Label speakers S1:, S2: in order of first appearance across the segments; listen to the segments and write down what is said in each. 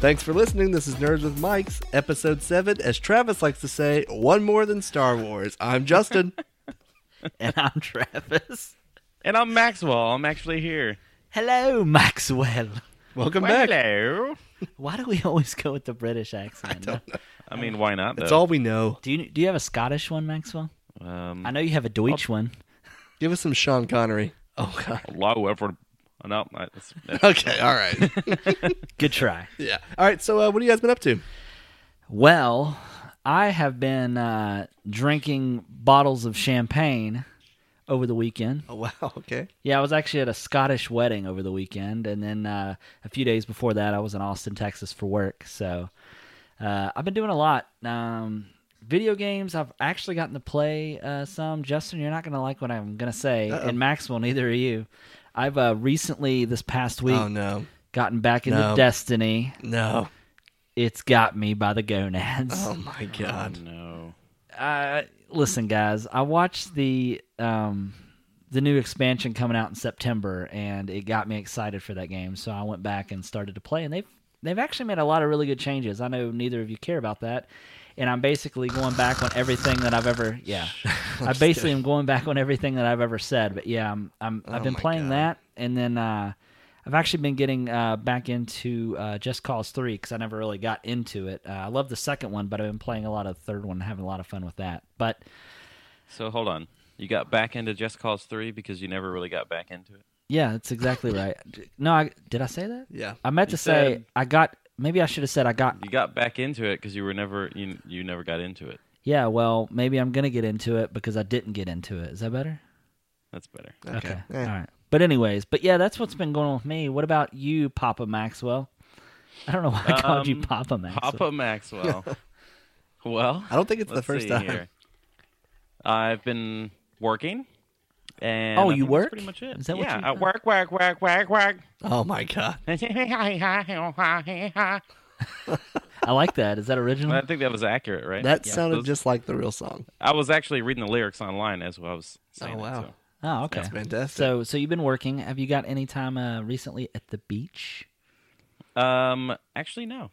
S1: Thanks for listening. This is Nerds with Mikes, episode seven. As Travis likes to say, one more than Star Wars. I'm Justin.
S2: and I'm Travis.
S3: And I'm Maxwell. I'm actually here.
S2: Hello, Maxwell.
S1: Welcome back.
S3: Hello.
S2: Why do we always go with the British accent?
S3: I mean, why not?
S1: That's
S3: though?
S1: all we know.
S2: Do you do you have a Scottish one, Maxwell?
S3: Um,
S2: I know you have a Deutsch one.
S1: Give us some Sean Connery. Oh God.
S3: low effort. oh, No, I- that's, that's,
S1: Okay. All right.
S2: Good try.
S1: yeah. All right. So, uh, what have you guys been up to?
S2: Well, I have been uh, drinking bottles of champagne over the weekend.
S1: Oh wow. Okay.
S2: Yeah, I was actually at a Scottish wedding over the weekend, and then uh, a few days before that, I was in Austin, Texas for work. So uh, I've been doing a lot. Um, video games, I've actually gotten to play uh, some. Justin, you're not going to like what I'm going to say, and Maxwell, neither are you. I've uh, recently, this past week,
S1: Oh no.
S2: gotten back into
S1: No.
S2: Destiny.
S1: No.
S2: It's got me by the gonads.
S1: Oh my God.
S3: no.
S2: uh, listen, guys, I watched the um, the new expansion coming out in September, and it got me excited for that game. So I went back and started to play, and they've they've actually made a lot of really good changes. I know neither of you care about that, and I'm basically going back on everything that I've ever yeah. I basically am going back on everything that I've ever said, but yeah, I'm, I'm I've been
S1: my
S2: playing
S1: God.
S2: that, and then. Uh, I've actually been getting uh, back into uh, Just Cause 3 because I never really got into it. Uh, I love the second one, but I've been playing a lot of the third one, having a lot of fun with that. But
S3: So hold on. You got back into Just Cause Three because you never really got back into it.
S2: yeah, that's exactly right. No, I, did I say that?
S1: Yeah.
S2: I meant
S3: You
S2: to say
S3: said-
S2: I got. Maybe I should have said I got.
S3: You got back into it because you were never you you never got into it.
S2: Yeah, well, maybe I'm gonna get into it because I didn't get into it. Is that better?
S3: That's better.
S1: Okay. Eh.
S2: All right. But anyways, but yeah, that's what's been going on with me. What about you, Papa Maxwell? I don't know why I called you
S3: Um,
S2: Papa Maxwell.
S3: Papa Maxwell. well,
S1: I don't think it's the
S3: let's
S1: first
S3: see
S1: time.
S3: here. I've been working. And
S2: Oh,
S3: I
S2: you
S3: think that's
S2: work?
S3: Pretty much it.
S2: Is that what
S3: yeah,
S2: you-
S3: I work, work, work, work, work.
S1: Oh my God.
S3: I
S2: I like that. Is that original?
S3: think that was accurate, right?
S1: That
S3: Yeah.
S1: sounded
S3: Those-
S1: just like the real song.
S3: I was actually reading the lyrics online as well. I was saying
S1: Oh,
S3: it,
S1: wow.
S3: so.
S2: oh, okay.
S1: That's fantastic.
S2: So, so you've been working. Have you got any time uh, recently at the beach?
S3: Um, actually, no.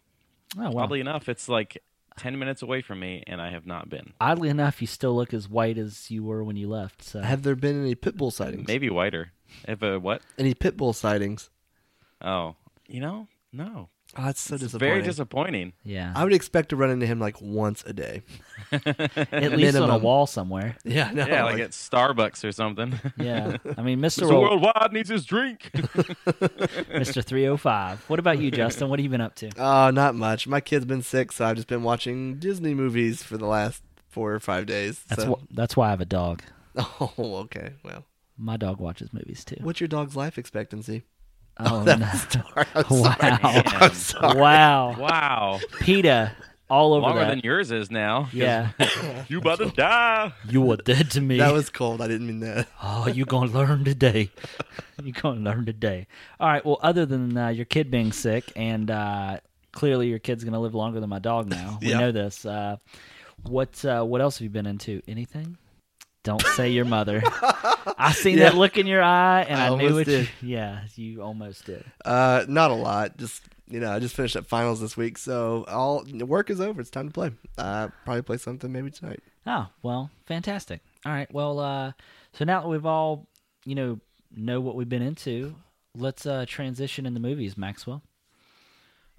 S2: Oh, well.
S3: Oddly enough, it's like ten minutes away from me, and I have not been.
S2: Oddly enough, you still look as white as you were when you left. So,
S1: Have there been any pit bull sightings?
S3: Maybe whiter. If a what?
S1: Any pit bull sightings?
S3: Oh, you know, no.
S1: Oh, that's so
S3: It's
S1: disappointing.
S3: very disappointing.
S2: yeah,
S1: I would expect to run into him like once a day.
S2: at least on a
S1: minimum.
S2: wall somewhere.
S1: Yeah, no,
S3: Yeah, like at Starbucks or something.
S2: Yeah, I mean, Mister
S3: Mr. Worldwide needs his drink.
S2: Mister Three Hundred Five. What about you, Justin? What have you been up to?
S1: Oh, not much. My kid's been sick, so I've just been watching Disney movies for the last four or five days.
S2: That's
S1: so.
S2: wh- that's why I have a dog.
S1: Oh, okay. Well,
S2: My dog watches movies too.
S1: what's your dog's life expectancy?
S2: Oh,
S1: That
S2: no.
S1: was dark. I'm sorry.
S2: wow,
S1: I'm sorry.
S2: wow,
S3: wow,
S2: Peta, all over
S3: longer
S2: that.
S3: than yours is now.
S2: yeah,
S3: You about to die.
S2: you were dead to me.
S1: That was cold. I didn't mean that.
S2: Oh, you're going to learn today. you're going to learn today. All right. Well, other than uh, your kid being sick, and uh, clearly your kid's going to live longer than my dog now. We
S1: Yeah.
S2: know this. Uh, what uh, What else have you been into? Anything? Don't say your mother. I seen that
S1: Yeah.
S2: look in your eye, and
S1: I
S2: I,
S1: almost
S2: knew it.
S1: did.
S2: Yeah, you almost did.
S1: Uh, not a lot. Just you know, I just finished up finals this week, so all work is over. It's time to play. Uh, probably play something maybe tonight.
S2: Oh, well, fantastic. All right. Well, uh, so now that we've all, you know, know what we've been into, let's uh, transition into movies, Maxwell.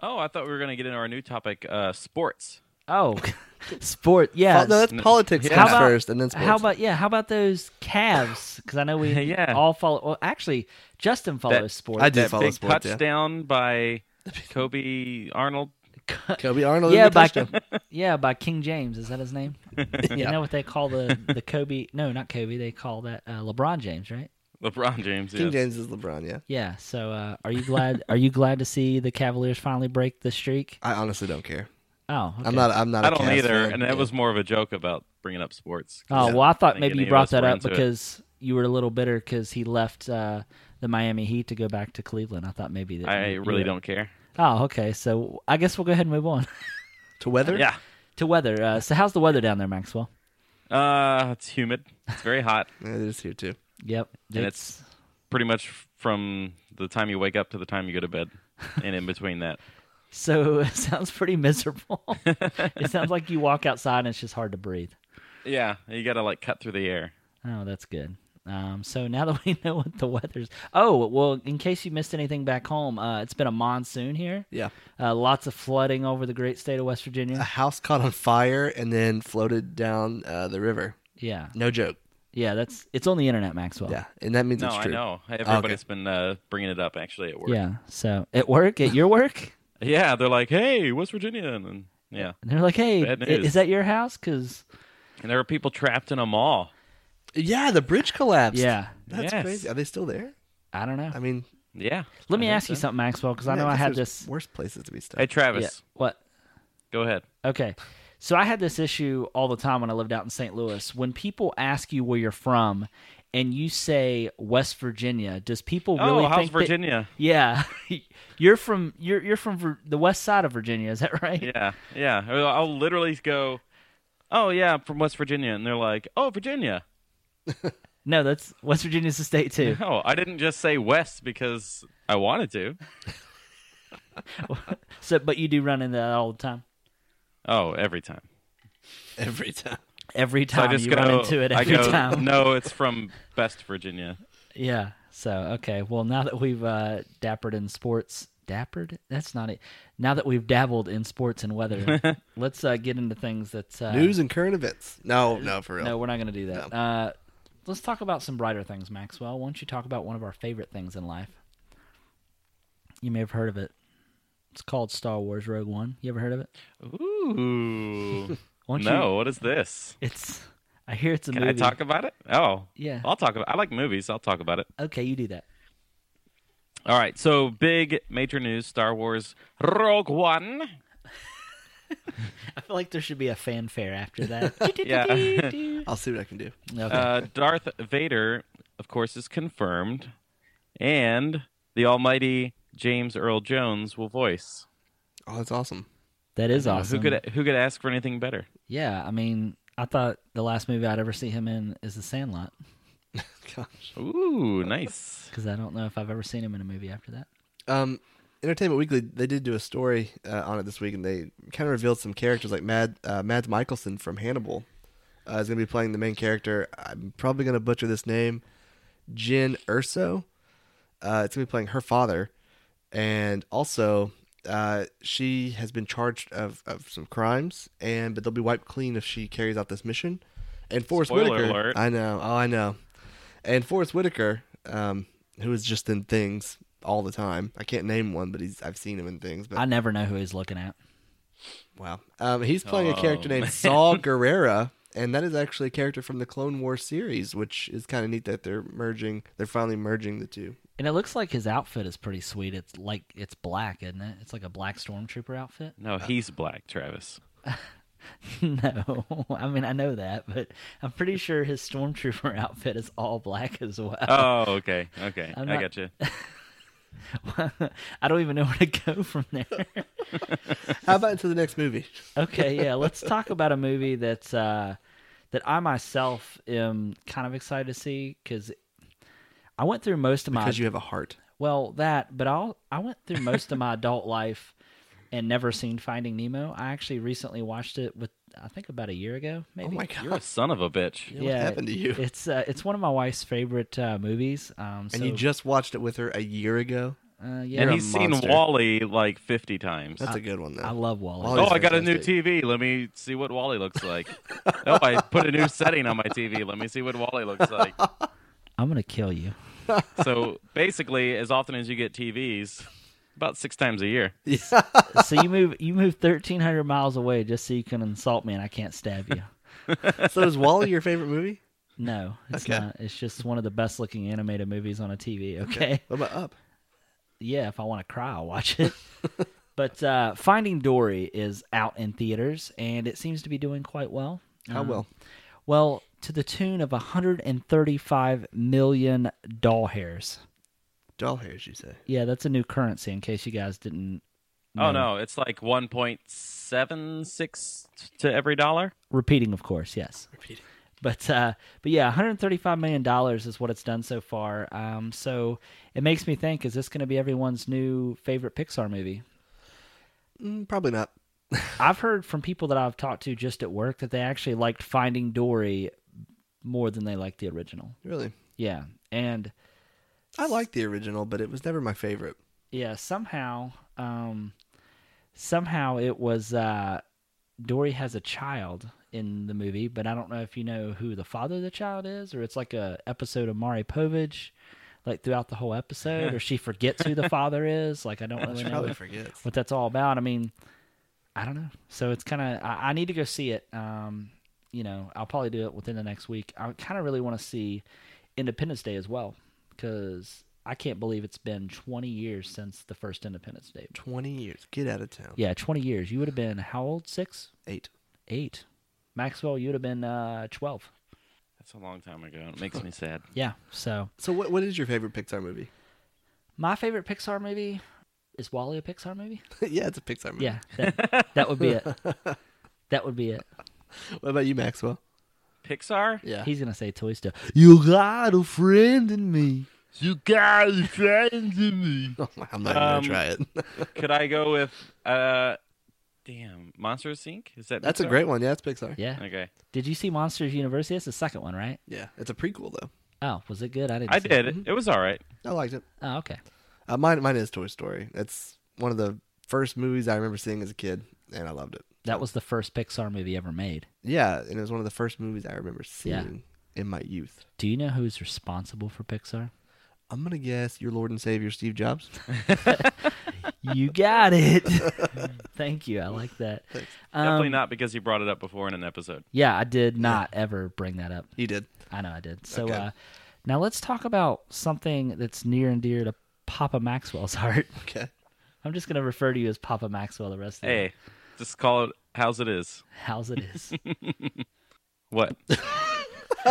S3: Oh, I thought we were gonna get into our new topic, uh, sports.
S2: Oh, sport. Yeah.
S1: Oh, no, that's
S3: n-
S1: politics
S3: yeah.
S1: comes
S2: How about-
S1: first, and then sports.
S2: How about yeah? How about those Cavs? Because I know we
S3: Yeah.
S2: all follow. Well, actually, Justin follows sports.
S1: I do
S3: that
S1: follow
S3: big
S1: sports, yeah.
S3: touchdown by Kobe Arnold.
S1: Kobe Arnold?
S2: yeah,
S1: Yeah,
S2: by
S1: back
S2: yeah by King James. Is that his name? You
S1: Yeah.
S2: know what they call the the Kobe? No, not Kobe. They call that uh, LeBron James, right?
S3: LeBron James.
S1: King
S3: yes.
S1: James is LeBron. Yeah,
S2: Yeah. So uh, are you glad? are you glad to see the Cavaliers finally break the streak?
S1: I honestly don't care.
S2: Oh, okay.
S1: I'm not. I'm not.
S3: I
S1: a
S3: don't
S1: Cavs
S3: either,
S1: fan.
S3: and that
S1: Yeah.
S3: was more of a joke about bringing up sports.
S2: Oh
S1: Yeah.
S2: well, I thought
S3: think
S2: maybe
S3: any
S2: you
S3: of
S2: brought
S3: us
S2: that
S3: were
S2: up
S3: into it.
S2: because you were a little bitter because he left uh, the Miami Heat to go back to Cleveland. I thought maybe that.
S3: I
S2: you- you
S3: really
S2: were-
S3: don't care.
S2: Oh, okay. So I guess we'll go ahead and move on.
S1: to weather.
S3: Yeah,
S2: to weather. Uh, so how's the weather down there, Maxwell?
S3: uh, it's humid. It's very hot.
S1: Yeah, it is here too.
S2: Yep.
S3: And it's- Pretty much from the time you wake up to the time you go to bed, and in between that.
S2: So it sounds pretty miserable. it sounds like you walk outside and it's just hard to breathe.
S3: Yeah, you got to like cut through the air.
S2: Oh, that's good. Um, so now that we know what the weather's. Oh, well, in case you missed anything back home, uh, it's been a monsoon here.
S1: Yeah.
S2: Uh, lots of flooding over the great state of West
S1: A
S2: Virginia.
S1: house caught on fire and then floated down uh, the river.
S2: Yeah,
S1: No joke.
S2: yeah. That's it's on the internet, Maxwell.
S1: Yeah, and that means
S3: No,
S1: it's
S3: I
S1: true.
S3: know. Everybody's been uh, bringing it up actually at work.
S2: yeah. So at work, at your work,
S3: Yeah, they're like, "Hey, West Virginia," and then, yeah,
S2: and they're like, "Hey,
S3: Bad
S2: i-
S3: news.
S2: is that your house?" Because
S3: and there were people trapped in a mall.
S1: Yeah, the bridge collapsed.
S2: yeah,
S1: that's
S3: Yes.
S1: crazy. Are they still there?
S2: I don't know.
S1: I mean,
S3: Yeah.
S2: Let me
S3: think
S2: ask you
S3: so.
S2: something, Maxwell, because I
S1: yeah,
S2: know I
S1: guess
S2: had
S1: there's
S2: this.
S1: worse places to be stuck.
S3: Hey, Travis,
S2: Yeah, what?
S3: go ahead.
S2: Okay. So I had this issue all the time when I lived out in St. Louis. When people ask you where you're from and you say West Virginia, does people really
S3: oh, how's
S2: think that-
S3: Virginia?
S2: yeah. you're from you're you're from Vir- the west side of Virginia, is that right?
S3: Yeah, yeah. I'll- I'll literally go, "Oh yeah, I'm from West Virginia," and they're like, "Oh, Virginia."
S2: No, that's West Virginia's a state too.
S3: No, Oh, I didn't just say West because I wanted to.
S2: So but you do run into that all the time.
S3: Oh, every time.
S1: Every time.
S2: Every
S3: So I
S2: time
S3: just
S2: you
S3: go
S2: run into it
S3: I
S2: every
S3: go,
S2: time.
S3: No, it's from Best Virginia.
S2: Yeah. So okay. Well, now that we've uh, dappered in sports, dappered. That's not it. Now that we've dabbled in sports and weather, let's uh, get into things that uh,
S1: News and current events. No, no, for real.
S2: No, we're not going to do that. Uh, let's talk about some brighter things, Maxwell. Why don't you talk about one of our favorite things in life? You may have heard of it. It's called Star Wars Rogue One. You ever heard of it?
S3: Ooh.
S2: Why don't you-
S3: no, what is this?
S2: It's. I hear it's a
S3: Can
S2: movie.
S3: I talk about it? Oh,
S2: Yeah.
S3: I'll talk about. I like movies. I'll talk about it.
S2: Okay, you do that.
S3: All right. So big major news: Star Wars Rogue One.
S2: I feel like there should be a fanfare after that.
S3: Yeah.
S1: I'll see what I can do.
S2: Okay.
S3: Uh, Darth Vader, of course, is confirmed, and the almighty James Earl Jones will voice.
S1: Oh, that's awesome.
S2: that is awesome.
S3: Who could who could ask for anything better?
S2: Yeah, I mean, I thought the last movie I'd ever see him in is The Sandlot
S1: Gosh.
S3: Ooh, nice.
S2: because I don't know if I've ever seen him in a movie after that.
S1: Um, Entertainment Weekly they did do a story uh, on it this week, and they kind of revealed some characters like Mad uh, Mads Mikkelsen from Hannibal uh, is going to be playing the main character. I'm probably going to butcher this name, Jin Urso. Uh, it's going to be playing her father, and also uh, she has been charged of, of some crimes, and but they'll be wiped clean if she carries out this mission. And Forrest
S3: Spoiler
S1: Whitaker,
S3: alert.
S1: I know, oh, I know. And Forrest Whitaker, um, who is just in things all the time. I can't name one, but he's I've seen him in things. But
S2: I never know who he's looking at.
S1: wow, um, he's playing a character
S3: Oh,
S1: named
S3: man.
S1: Saul Guerrera, and that is actually a character from the Clone War series, which is kind of neat that they're merging. They're finally merging the two.
S2: And it looks like his outfit is pretty sweet. It's like it's black, isn't it? It's like a black stormtrooper outfit.
S3: No, he's black, Travis.
S2: no, I mean I know that, but I'm pretty sure his stormtrooper outfit is all black as well.
S3: Oh, okay, okay,
S2: I'm
S3: I
S2: not-
S3: got you.
S2: I don't even know where to go from there.
S1: How about into the next movie?
S2: okay, yeah, let's talk about a movie that's uh, that I myself am kind of excited to see because I went through most of my
S1: Because you have a heart.
S2: well that, but I I went through most of my adult life and never seen Finding Nemo. I actually recently watched it with I think about a year ago,
S1: Oh
S2: maybe.
S1: my
S3: You're a
S1: god!
S3: son of a bitch.
S1: What happened to you?
S2: It's uh, it's one of my wife's favorite uh, movies. Um, so,
S1: and you just watched it with her a year ago.
S2: uh, yeah,
S3: And
S1: You're a
S3: he's seen
S1: monster.
S3: Wally like 50 times.
S1: That's a good one though.
S2: I love Wally.
S1: Wall-E.
S3: Oh,
S1: Wally's
S3: I got a new
S1: fantastic.
S3: TV. Let me see what Wally looks like. oh, I put a new setting on my TV. Let me see what Wally looks like.
S2: I'm gonna kill you.
S3: So basically, as often as you get TVs, about six times a year.
S2: so you move you move 1,300 miles away just so you can insult me and I can't stab you.
S1: so is Wally your favorite movie?
S2: No, it's
S1: Okay.
S2: not. It's just one of the best looking animated movies on a TV. Okay.
S1: What about Up?
S2: Yeah, if I want to cry, I'll watch it. but uh, Finding Dory is out in theaters and it seems to be doing quite well.
S1: How
S2: Um,
S1: well?
S2: Well, to the tune of 135 million doll hairs.
S1: Doll hairs, you say?
S2: Yeah, that's a new currency in case you guys didn't.
S3: Oh no, it's like 1.76 to every dollar.
S2: Repeating, of course, yes.
S1: Repeat it.
S2: But uh, but yeah, 135 million dollars is what it's done so far. Um, so it makes me think: Is this going to be everyone's new favorite Pixar movie?
S1: Mm, probably not.
S2: I've heard from people that I've talked to just at work that they actually liked Finding Dory more than they liked the original.
S1: Really,
S2: Yeah. And
S1: I like the original, but it was never my favorite.
S2: yeah, somehow um somehow it was uh Dory has a child in the movie, but I don't know if you know who the father of the child is or it's like a episode of Mari Povich like throughout the whole episode or she forgets who the father is, like I don't really
S1: She
S2: know
S1: probably forgets.
S2: what that's all about. I mean, I don't know. So it's kind of I, I need to go see it. Um, you know, I'll probably do it within the next week. I kind of really want to see Independence Day as well because I can't believe it's been 20 years since the first Independence Day.
S1: Twenty years. Get out of town.
S2: Yeah, 20 years. You would have been how old? Six,
S1: Eight.
S2: eight. Maxwell, you would have been uh, 12.
S3: That's a long time ago. It makes me sad.
S2: Yeah. So
S1: So what? What is your favorite Pixar movie?
S2: my favorite Pixar movie is Wally a Pixar movie?
S1: yeah, it's a Pixar movie.
S2: Yeah, that, that would be it. That would be it.
S1: What about you, Maxwell?
S3: Pixar?
S1: Yeah.
S2: He's gonna say Toy Story.
S1: you got a friend in me.
S3: You guys friends me.
S1: Oh, I'm not even gonna
S3: Um,
S1: try it.
S3: Could I go with uh damn, Monsters Inc? Is that
S1: That's a
S3: Pixar?
S1: great one. Yeah, it's Pixar.
S2: Yeah.
S3: Okay.
S2: Did you see Monsters University? That's the second one, right?
S1: Yeah, it's a prequel though.
S2: Oh, was it good? I didn't.
S3: I
S2: see
S3: did.
S2: It.
S3: It, it was all right.
S1: I liked it.
S2: Oh, okay.
S1: Uh, mine, mine is Toy Story. It's one of the first movies I remember seeing as a kid, and I loved it.
S2: That was the first Pixar movie ever made.
S1: Yeah, and it was one of the first movies I remember
S2: Yeah.
S1: seeing in my youth.
S2: Do you know who's responsible for Pixar?
S1: I'm gonna guess your Lord and Savior Steve Jobs.
S2: You got it. Thank you. I like that. Um,
S3: Definitely not because you brought it up before in an episode.
S2: Yeah, I did not ever bring that up.
S1: he did.
S2: I know I did. So
S1: Okay.
S2: uh, now let's talk about something that's near and dear to Papa Maxwell's heart.
S1: Okay.
S2: I'm just going to refer to you as Papa Maxwell the rest of the
S3: Hey, just call it how's it is.
S2: how's it is.
S3: What?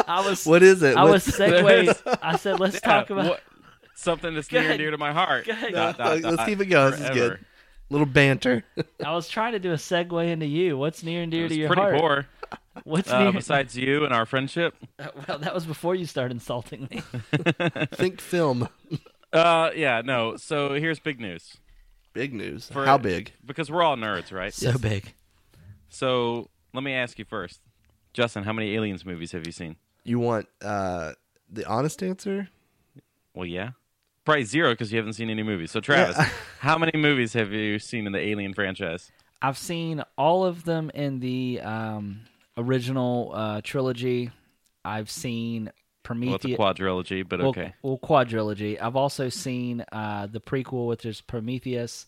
S2: I was
S1: What is it?
S2: I was
S1: What's-
S2: segue. I said let's talk
S3: Yeah,
S2: about
S3: Uh, what- something that's
S2: Go
S3: near
S2: ahead.
S3: and dear to my heart.
S2: Go ahead.
S3: Dot, dot,
S1: Let's
S3: dot,
S1: keep it going. This is
S3: forever.
S1: good. Little banter.
S2: I was trying to do a segue into you. What's near and
S3: It
S2: dear
S3: was
S2: to your
S3: pretty
S2: heart?
S3: poor.
S2: What's
S3: Uh,
S2: near?
S3: besides you and our friendship.
S2: well, that was before you started insulting me.
S1: Think film.
S3: Uh, yeah, no. So here's big news
S1: Big news.
S3: For-
S1: How big?
S3: because we're all nerds, right?
S2: big.
S3: So let me ask you first, Justin. How many aliens movies have you seen?
S1: You want uh, the honest answer?
S3: Well, yeah, probably zero because you haven't seen any movies. So Travis,
S1: Yeah.
S3: how many movies have you seen in the Alien franchise?
S2: I've seen all of them in the um, original uh, trilogy. I've seen
S3: Well, Oh, it's a
S2: Prometheus.
S3: quadrilogy, but
S2: well,
S3: okay.
S2: well, quadrilogy. I've also seen uh, the prequel, which is Prometheus,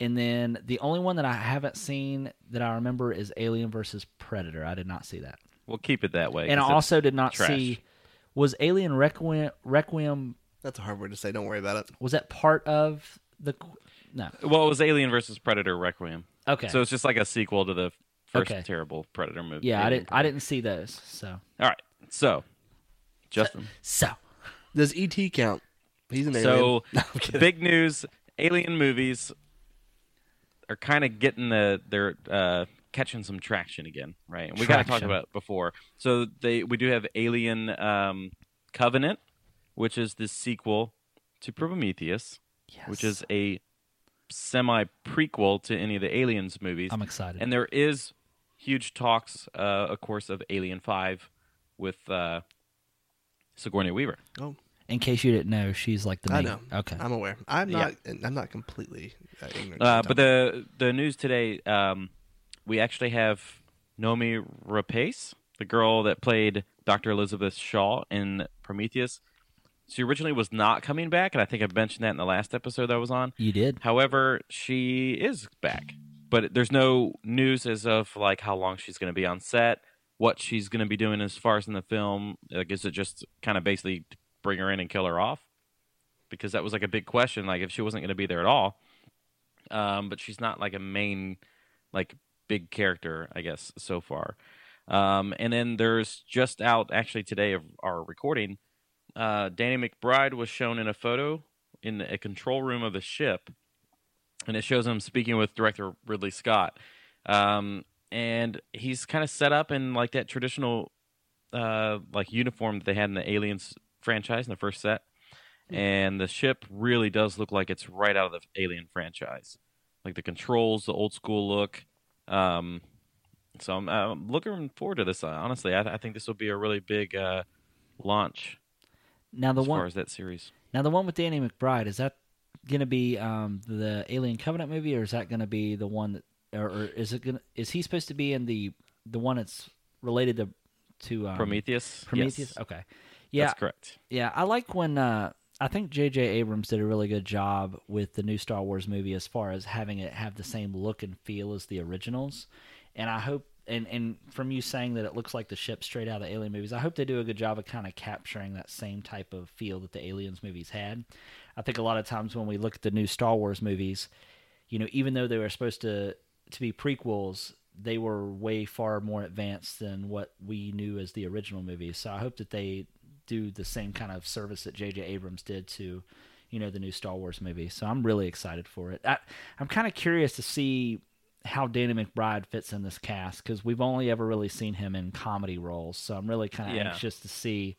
S2: and then the only one that I haven't seen that I remember is Alien versus Predator. I did not see that.
S3: We'll keep it that way.
S2: and I
S3: 'cause it's-
S2: also did not
S3: trash.
S2: see was Alien Requiem, Requiem
S1: That's a hard word to say. Don't worry about it.
S2: was that part of the qu- no
S3: well, it was Alien versus Predator Requiem.
S2: okay
S3: So it's just like a sequel to the first
S2: Okay.
S3: terrible Predator movie.
S2: yeah I
S3: Alien
S2: didn't I didn't see those so
S3: Predator. All right, so Justin.
S2: so
S1: Does ET count? He's an alien.
S3: So
S1: No, I'm kidding.
S3: big news: Alien movies are kind of getting the they're uh, catching some traction again, right? And we got to talk
S2: Traction.
S3: about it before. So they we do have Alien um, Covenant, which is the sequel to Prometheus,
S2: yes.
S3: which is a semi prequel to any of the Aliens movies,
S2: I'm excited
S3: and there is huge talks, uh, of course, of Alien Five with uh, Sigourney Weaver.
S2: in case you didn't know she's like the
S1: I
S2: main
S1: know.
S2: okay
S1: I'm aware. I'm
S3: Yeah.
S1: not. I'm not completely uh, ignorant.
S3: Uh,
S1: of
S3: but the the news today, um, we actually have Nomi Rapace, the girl that played Dr. Elizabeth Shaw in Prometheus. She originally was not coming back, and I think I mentioned that in the last episode that I was on.
S2: you did
S3: However, she is back, but there's no news as of like how long she's going to be on set, what she's going to be doing as far as in the film. Like, is it just kind of basically bring her in and kill her off? Because that was like a big question, like if she wasn't going to be there at all. Um, but she's not like a main, like big character, I guess, so far. Um, and then there's just out actually today of our recording. Uh, Danny McBride was shown in a photo in a control room of the ship, and it shows him speaking with director Ridley Scott. Um, and he's kind of set up in like that traditional uh, like uniform that they had in the Aliens franchise in the first
S2: Hmm.
S3: set. And the ship really does look like it's right out of the Alien franchise. like the controls, the old school look. Um, so I'm, I'm looking forward to this. uh, Honestly, I, I think this will be a really big uh, launch
S2: Now the
S3: as
S2: one
S3: far as that series.
S2: now the one with Danny McBride is that going to be um, the Alien Covenant movie, or is that going to be the one that, or, or is it going to is he supposed to be in the the one that's related to to um,
S3: Prometheus.
S2: Prometheus?
S3: Yes,
S2: Okay, yeah,
S3: that's correct.
S2: Yeah, I like when uh, I think J.J. Abrams did a really good job with the new Star Wars movie as far as having it have the same look and feel as the originals, and I hope and and from you saying that it looks like the ship straight out of the Alien movies, I hope they do a good job of kind of capturing that same type of feel that the Aliens movies had. I think a lot of times when we look at the new Star Wars movies, you know, even though they were supposed to to be prequels, they were way far more advanced than what we knew as the original movies. So I hope that they do the same kind of service that J.J. Abrams did to, you know, the new Star Wars movie. So I'm really excited for it. I, I'm kind of curious to see how Danny McBride fits in this cast because we've only ever really seen him in comedy roles. So I'm really kind of
S3: Yeah.
S2: anxious to see,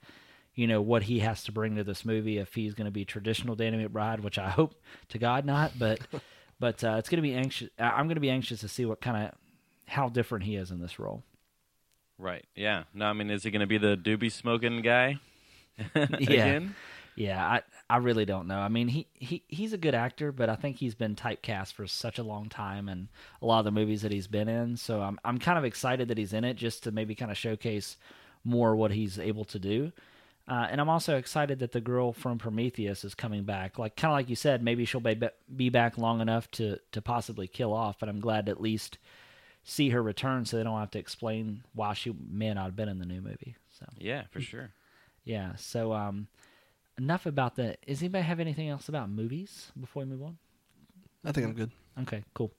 S2: you know, what he has to bring to this movie. If he's going to be traditional Danny McBride, which I hope to God not, but but uh, it's going to be anxious. I- I'm going to be anxious to see what kind of how different he is in this role.
S3: Right. Yeah. No, I mean, is he going to be the doobie smoking guy? Again?
S2: Yeah, I I really don't know. I mean, he, he he's a good actor, but I think he's been typecast for such a long time and a lot of the movies that he's been in. So I'm I'm kind of excited that he's in it just to maybe kind of showcase more what he's able to do. Uh, and I'm also excited that the girl from Prometheus is coming back. Like kind of like you said, maybe she'll be be back long enough to to possibly kill off. But I'm glad to at least see her return, so they don't have to explain why she may not have been in the new movie. So.
S3: Yeah, for sure.
S2: Yeah. So um, enough about that. Does anybody have anything else about movies before we move on?
S1: I think I'm good.
S2: Okay, cool.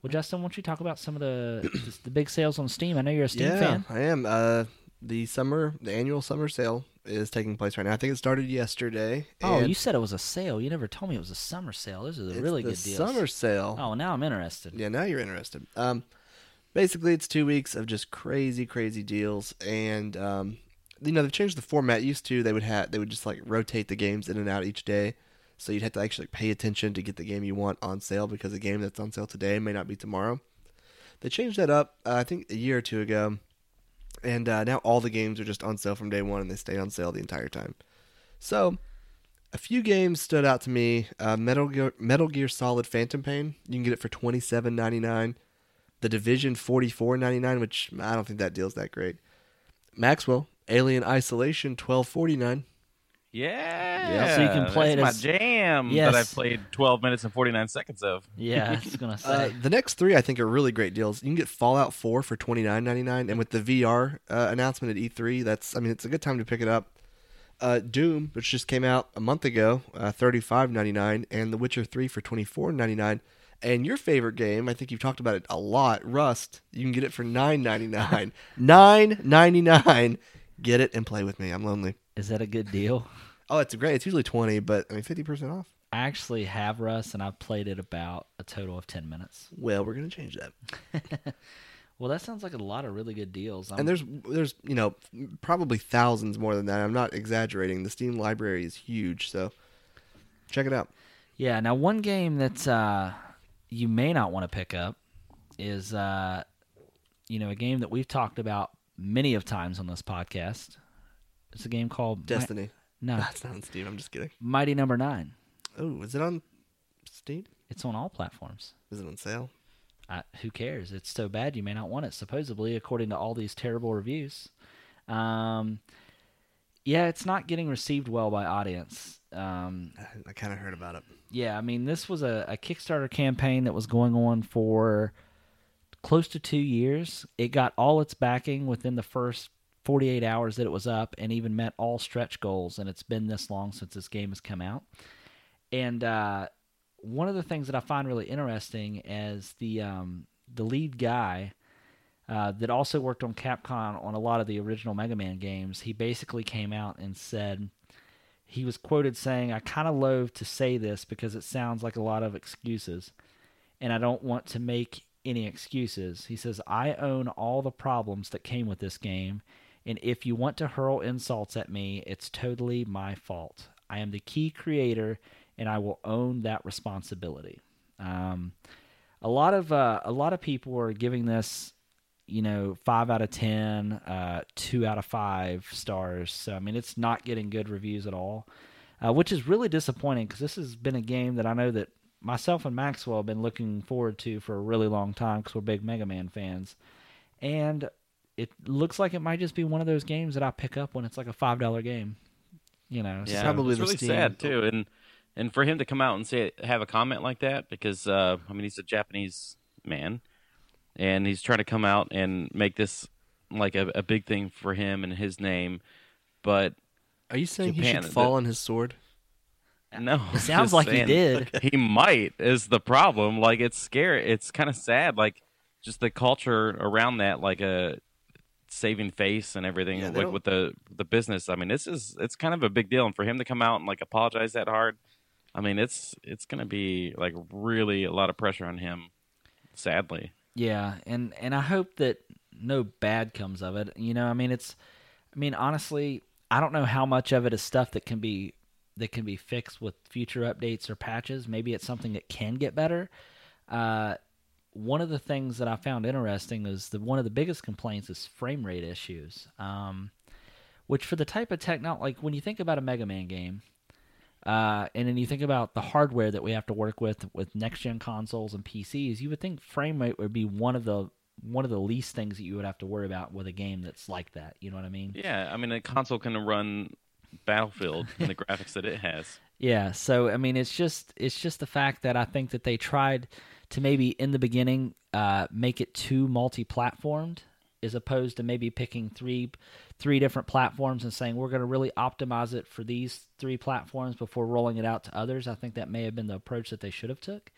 S2: Well, Justin, why don't you talk about some of the just the big sales on Steam? I know you're a Steam
S1: yeah,
S2: fan.
S1: I am. Uh, the summer, the annual summer sale is taking place right now. I think it started yesterday.
S2: Oh,
S1: and
S2: you said it was a sale. You never told me it was a summer sale. Those are the
S1: it's
S2: really
S1: the
S2: good deals.
S1: Summer sale.
S2: Oh, now I'm interested.
S1: Yeah, now you're interested. Um, basically, it's two weeks of just crazy, crazy deals, and um, you know they've changed the format. Used to they would have they would just like rotate the games in and out each day, so you'd have to actually pay attention to get the game you want on sale because the game that's on sale today may not be tomorrow. They changed that up, uh, I think, a year or two ago, and uh, now all the games are just on sale from day one, and they stay on sale the entire time. So a few games stood out to me. Uh, Metal Gear, Metal Gear Solid Phantom Pain. You can get it for twenty seven ninety nine. The Division forty four ninety nine, which I don't think that deal's that great. Maxwell Alien Isolation twelve forty nine.
S3: Yeah.
S2: So you can play
S3: that's
S2: it
S3: my
S2: as-
S3: jam
S2: Yes.
S3: that I played 12 minutes and 49 seconds of.
S2: Yeah, I was gonna say.
S1: Uh, the next three I think are really great deals. You can get Fallout four for twenty nine ninety nine, and with the VR uh, announcement at E three, that's I mean it's a good time to pick it up. Uh, Doom, which just came out a month ago, uh, thirty five ninety nine, and The Witcher three for twenty four ninety nine. And your favorite game, I think you've talked about it a lot, Rust. You can get it for nine ninety nine. nine ninety nine. Get it and play with me. I'm lonely.
S2: Is that a good deal?
S1: Oh, it's great. It's usually twenty, but I mean fifty percent off.
S2: I actually have Rust, and I've played it about a total of ten minutes.
S1: Well, we're gonna change that.
S2: Well, that sounds like a lot of really good deals. I'm,
S1: and there's there's you know probably thousands more than that. I'm not exaggerating. The Steam library is huge, so check it out.
S2: Yeah. Now, one game that uh, you may not want to pick up is, uh, you know, a game that we've talked about many of times on this podcast. It's a game called Mi-
S1: Destiny.
S3: uh,
S2: no,
S1: That's not on Steam. I'm just kidding.
S2: Mighty Number Nine.
S1: Oh, is it on Steam?
S2: It's on all platforms.
S1: Is it on sale?
S2: I, who cares? It's so bad you may not want it. Supposedly, according to all these terrible reviews. Um, yeah, it's not getting received well by audience. Um,
S1: I, I kind of heard about it.
S2: Yeah, I mean, this was a, a Kickstarter campaign that was going on for close to two years. It got all its backing within the first 48 hours that it was up and even met all stretch goals. And it's been this long since this game has come out. And uh, one of the things that I find really interesting is the, um, the lead guy. Uh, that also worked on Capcom on a lot of the original Mega Man games. He basically came out and said, he was quoted saying, I kind of loathe to say this because it sounds like a lot of excuses, and I don't want to make any excuses. He says, I own all the problems that came with this game, and if you want to hurl insults at me, it's totally my fault. I am the key creator, and I will own that responsibility. Um, a lot of uh, a lot of people are giving this you know five out of ten uh, two out of five stars so i mean it's not getting good reviews at all uh, which is really disappointing because this has been a game that i know that myself and maxwell have been looking forward to for a really long time because we're big mega man fans and it looks like it might just be one of those games that i pick up when it's like a five dollar game you know
S3: Yeah,
S2: so-
S1: probably
S3: it's
S1: the
S3: really
S1: Steam.
S3: sad too, and and for him to come out and say have a comment like that because uh, I mean he's a Japanese man, and he's trying to come out and make this like a, a big thing for him and his name, but
S1: Are you saying he
S3: Japan,
S1: should
S3: the-
S1: fall on his sword?
S3: no,
S2: It sounds
S3: just
S2: like he
S3: saying-
S2: did.
S3: He might is the problem. Like it's scary. It's kind of sad. Like just the culture around that, like a saving face and everything,
S1: Yeah, they
S3: like
S1: don't-
S3: with the the business. I mean, this is it's kind of a big deal, and for him to come out and like apologize that hard, I mean, it's it's gonna be like really a lot of pressure on him. Sadly,
S2: Yeah, and and I hope that no bad comes of it. You know, I mean, it's, I mean, honestly, I don't know how much of it is stuff that can be that can be fixed with future updates or patches. Maybe it's something that can get better. Uh, one of the things that I found interesting is the one of the biggest complaints is frame rate issues. Um, which for the type of technology, like when you think about a Mega Man game, uh, and then you think about the hardware that we have to work with with next gen consoles and PCs, you would think frame rate would be one of the one of the least things that you would have to worry about with a game that's like that. You know what I mean?
S3: yeah. I mean, a console can run Battlefield and the graphics that it has.
S2: Yeah, so I mean, it's just it's just the fact that I think that they tried to maybe in the beginning uh, make it too multi-platformed, as opposed to maybe picking three three different platforms and saying we're going to really optimize it for these three platforms before rolling it out to others. I think that may have been the approach that they should have took.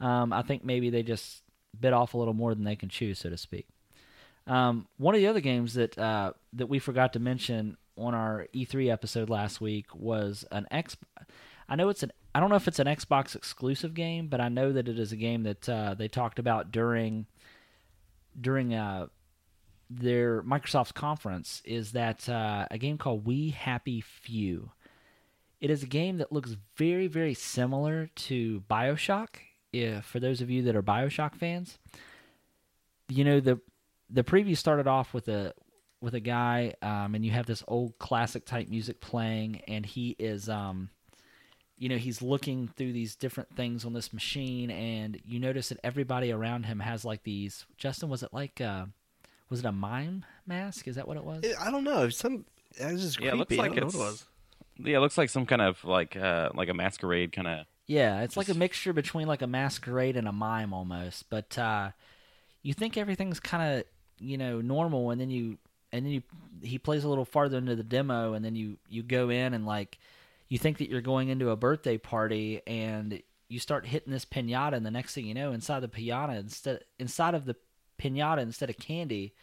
S2: Um, I think maybe they just bit off a little more than they can chew, so to speak. Um, one of the other games that uh, that we forgot to mention on our E3 episode last week was an X. I know it's an. I don't know if it's an Xbox exclusive game, but I know that it is a game that uh, they talked about during during uh, their Microsoft's conference. Is that uh, a game called We Happy Few? It is a game that looks very, very similar to Bioshock. If, for those of you that are Bioshock fans, you know the the preview started off with a with a guy, um, and you have this old classic type music playing, and he is, um, you know, he's looking through these different things on this machine, and you notice that everybody around him has like these. Justin, was it like, uh, was it a mime mask? Is that what it was?
S1: I don't know. Some it was just
S3: Yeah,
S1: creepy.
S3: it looks like
S1: I don't know what it
S3: it's-
S1: was.
S3: Yeah, it looks like some kind of like uh like a masquerade kind of
S2: Yeah, it's like a
S3: Just-
S2: mixture between like a masquerade and a mime almost. But uh, you think everything's kind of you know normal, and then you and then you he plays a little farther into the demo, and then you you go in and like you think that you're going into a birthday party, and you start hitting this pinata, and the next thing you know, inside the pinata instead inside of the pinata instead of candy,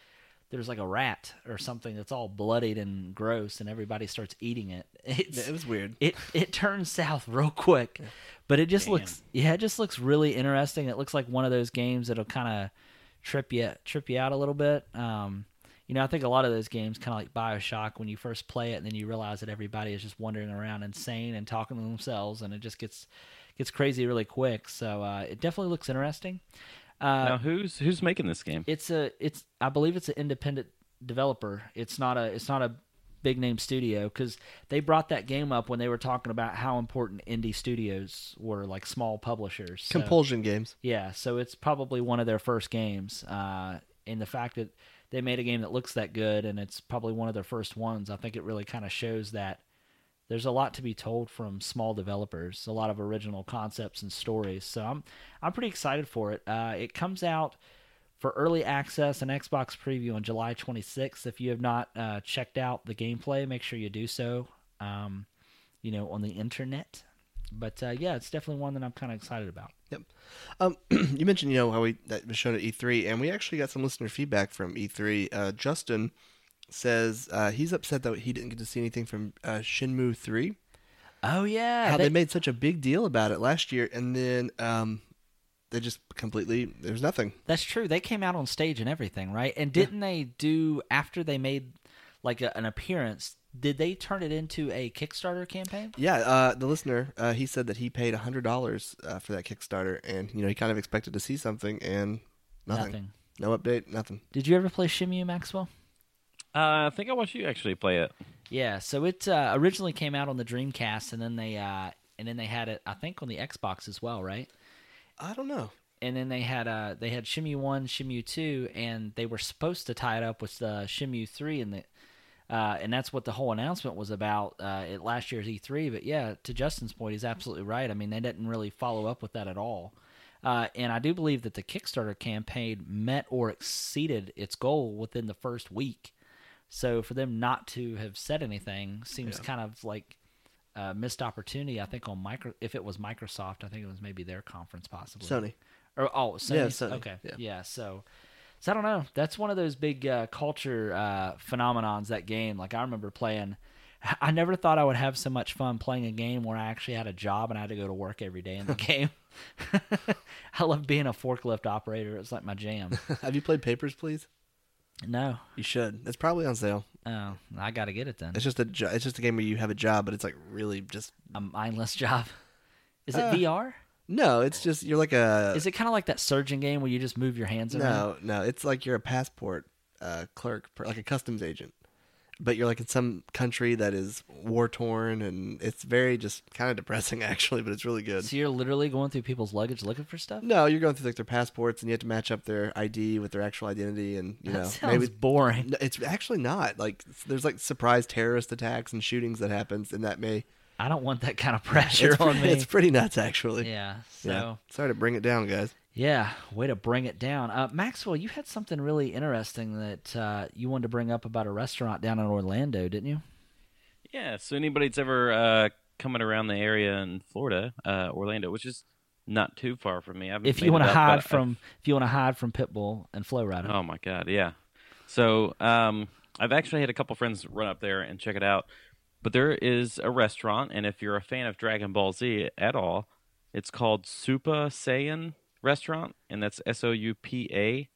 S2: there's like a rat or something that's all bloodied and gross, and everybody starts eating it. It's,
S1: Yeah, it was weird.
S2: it it turns south real quick but it just
S3: Damn.
S2: looks yeah it just looks really interesting it looks like one of those games that'll kind of trip you trip you out a little bit um you know i think a lot of those games kind of like bioshock when you first play it and then you realize that everybody is just wandering around insane and talking to themselves and it just gets gets crazy really quick so uh, it definitely looks interesting uh,
S3: now who's who's making this game?
S2: it's a it's I believe it's an independent developer. It's not a it's not a big name studio because they brought that game up when they were talking about how important indie studios were, like small publishers. So-
S1: Compulsion games.
S2: yeah, so it's probably one of their first games. Uh, and the fact that they made a game that looks that good and it's probably one of their first ones, I think it really kind of shows that there's a lot to be told from small developers, a lot of original concepts and stories. So I'm I'm pretty excited for it. Uh, it comes out for early access and Xbox preview on July 26th. If you have not uh, checked out the gameplay, make sure you do so. Um, you know, on the internet. But uh, yeah, it's definitely one that I'm kind of excited about.
S1: Yep. Um, you mentioned you know how we that was shown at E3, and we actually got some listener feedback from E3. Uh, Justin says uh, he's upset that he didn't get to see anything from uh, Shinmu Three.
S2: Oh yeah,
S1: how
S2: they-
S1: they made such a big deal about it last year, and then um, they just completely there's nothing.
S2: that's true. They came out on stage and everything, right? And didn't they do after they made like a, an appearance? Did they turn it into a Kickstarter campaign?
S1: Yeah, uh, the listener, uh, he said that he paid hundred dollars uh, for that Kickstarter, and you know he kind of expected to see something, and nothing,
S2: Nothing.
S1: no update, nothing.
S2: Did you ever play Shimu Maxwell?
S3: Uh, I think I watched you actually play it.
S2: Yeah, so it uh, originally came out on the Dreamcast, and then they uh, and then they had it, I think, on the Xbox as well, right?
S1: I don't know.
S2: And then they had uh, they had Shimu One, Shimu Two, and they were supposed to tie it up with uh, Shimu Three, and the uh, and that's what the whole announcement was about uh, at last year's E3. But yeah, to Justin's point, he's absolutely right. I mean, they didn't really follow up with that at all. Uh, and I do believe that the Kickstarter campaign met or exceeded its goal within the first week. So for them not to have said anything seems kind of like a missed opportunity. I think on micro, if it was Microsoft, I think it was maybe their conference possibly
S1: Sony.
S2: or oh Sony.
S1: Yeah, Sony.
S2: okay yeah.
S1: Yeah.
S2: so so i don't know that's one of those big uh, culture uh, phenomenons that game like i remember playing i never thought i would have so much fun playing a game where i actually had a job and i had to go to work every day in the game i love being a forklift operator it's like my jam
S1: Have you played Papers, Please?
S2: no
S1: You should. It's probably on sale.
S2: oh i gotta get it then
S1: It's just a jo- it's just a game where you have a job, but it's like really just
S2: a mindless job is it
S1: Uh,
S2: vr
S1: no. It's just you're like a
S2: is it kind of like that surgeon game where you just move your hands around
S1: no no. It's like you're a passport uh, clerk, per- like a customs agent, but you're like in some country that is war torn, and it's very just kind of depressing actually, but it's really good.
S2: so you're literally going through people's luggage looking for stuff
S1: No, you're going through like their passports, and you have to match up their ID with their actual identity, and you
S2: that
S1: know
S2: sounds
S1: maybe
S2: boring
S1: No, it's actually not like s- there's like surprise terrorist attacks and shootings that happens, and that may
S2: I don't want that kind of pressure
S1: it's,
S2: on
S1: pretty,
S2: me.
S1: it's pretty nuts actually.
S2: yeah. So
S1: Yeah.
S2: yeah.
S1: sorry to bring it down, guys.
S2: way to bring it down. Uh, Maxwell, you had something really interesting that uh, you wanted to bring up about a restaurant down in Orlando, didn't you?
S3: Yeah, so anybody that's ever uh, coming around the area in Florida, uh, Orlando, which is not too far from me. I've
S2: If
S3: made
S2: you want
S3: it
S2: to
S3: up,
S2: hide
S3: but I-
S2: from, if you want to hide from Pitbull and Flow Rider,
S3: Oh my god, yeah. So um, I've actually had a couple friends run up there and check it out. But there is a restaurant, and if you're a fan of Dragon Ball Z at all, it's called Supa Saiyan Restaurant, and that's S O U P A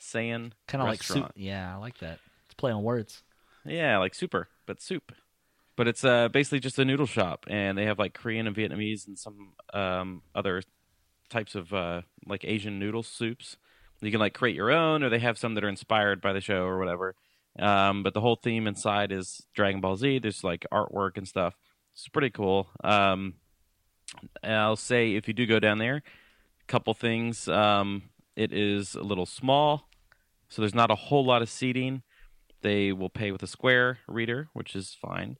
S3: Saiyan
S2: kind of like soup.
S3: restaurant.
S2: Yeah, I like that. It's play on words.
S3: Yeah, like super, but soup. But it's uh, basically just a noodle shop, and they have like Korean and Vietnamese and some um, other types of uh, like Asian noodle soups. You can like create your own, or they have some that are inspired by the show or whatever. Um, but the whole theme inside is Dragon Ball Z. There's like artwork and stuff. It's pretty cool. Um, I'll say if you do go down there, couple things. Um, it is a little small, so there's not a whole lot of seating they will pay with a square reader, which is fine.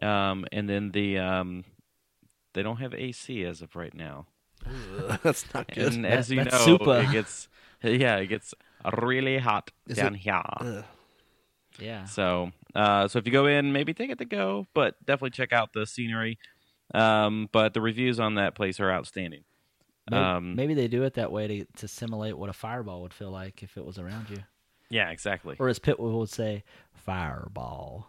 S3: Um, and then the um, they don't have AC as of right now.
S1: That's not good.
S3: And
S2: That-
S3: as you know,
S2: that's super.
S3: it gets yeah, it gets really hot
S1: Is
S3: down
S1: it-
S3: here.
S2: Uh.
S1: Ugh.
S2: Yeah.
S3: So, uh, so if you go in, maybe take it to go, but definitely check out the scenery. Um, but the reviews on that place are outstanding.
S2: May- Maybe,
S3: um,
S2: they do it that way to, to simulate what a fireball would feel like if it was around you,
S3: Yeah, exactly.
S2: or as Pitbull would say, fireball.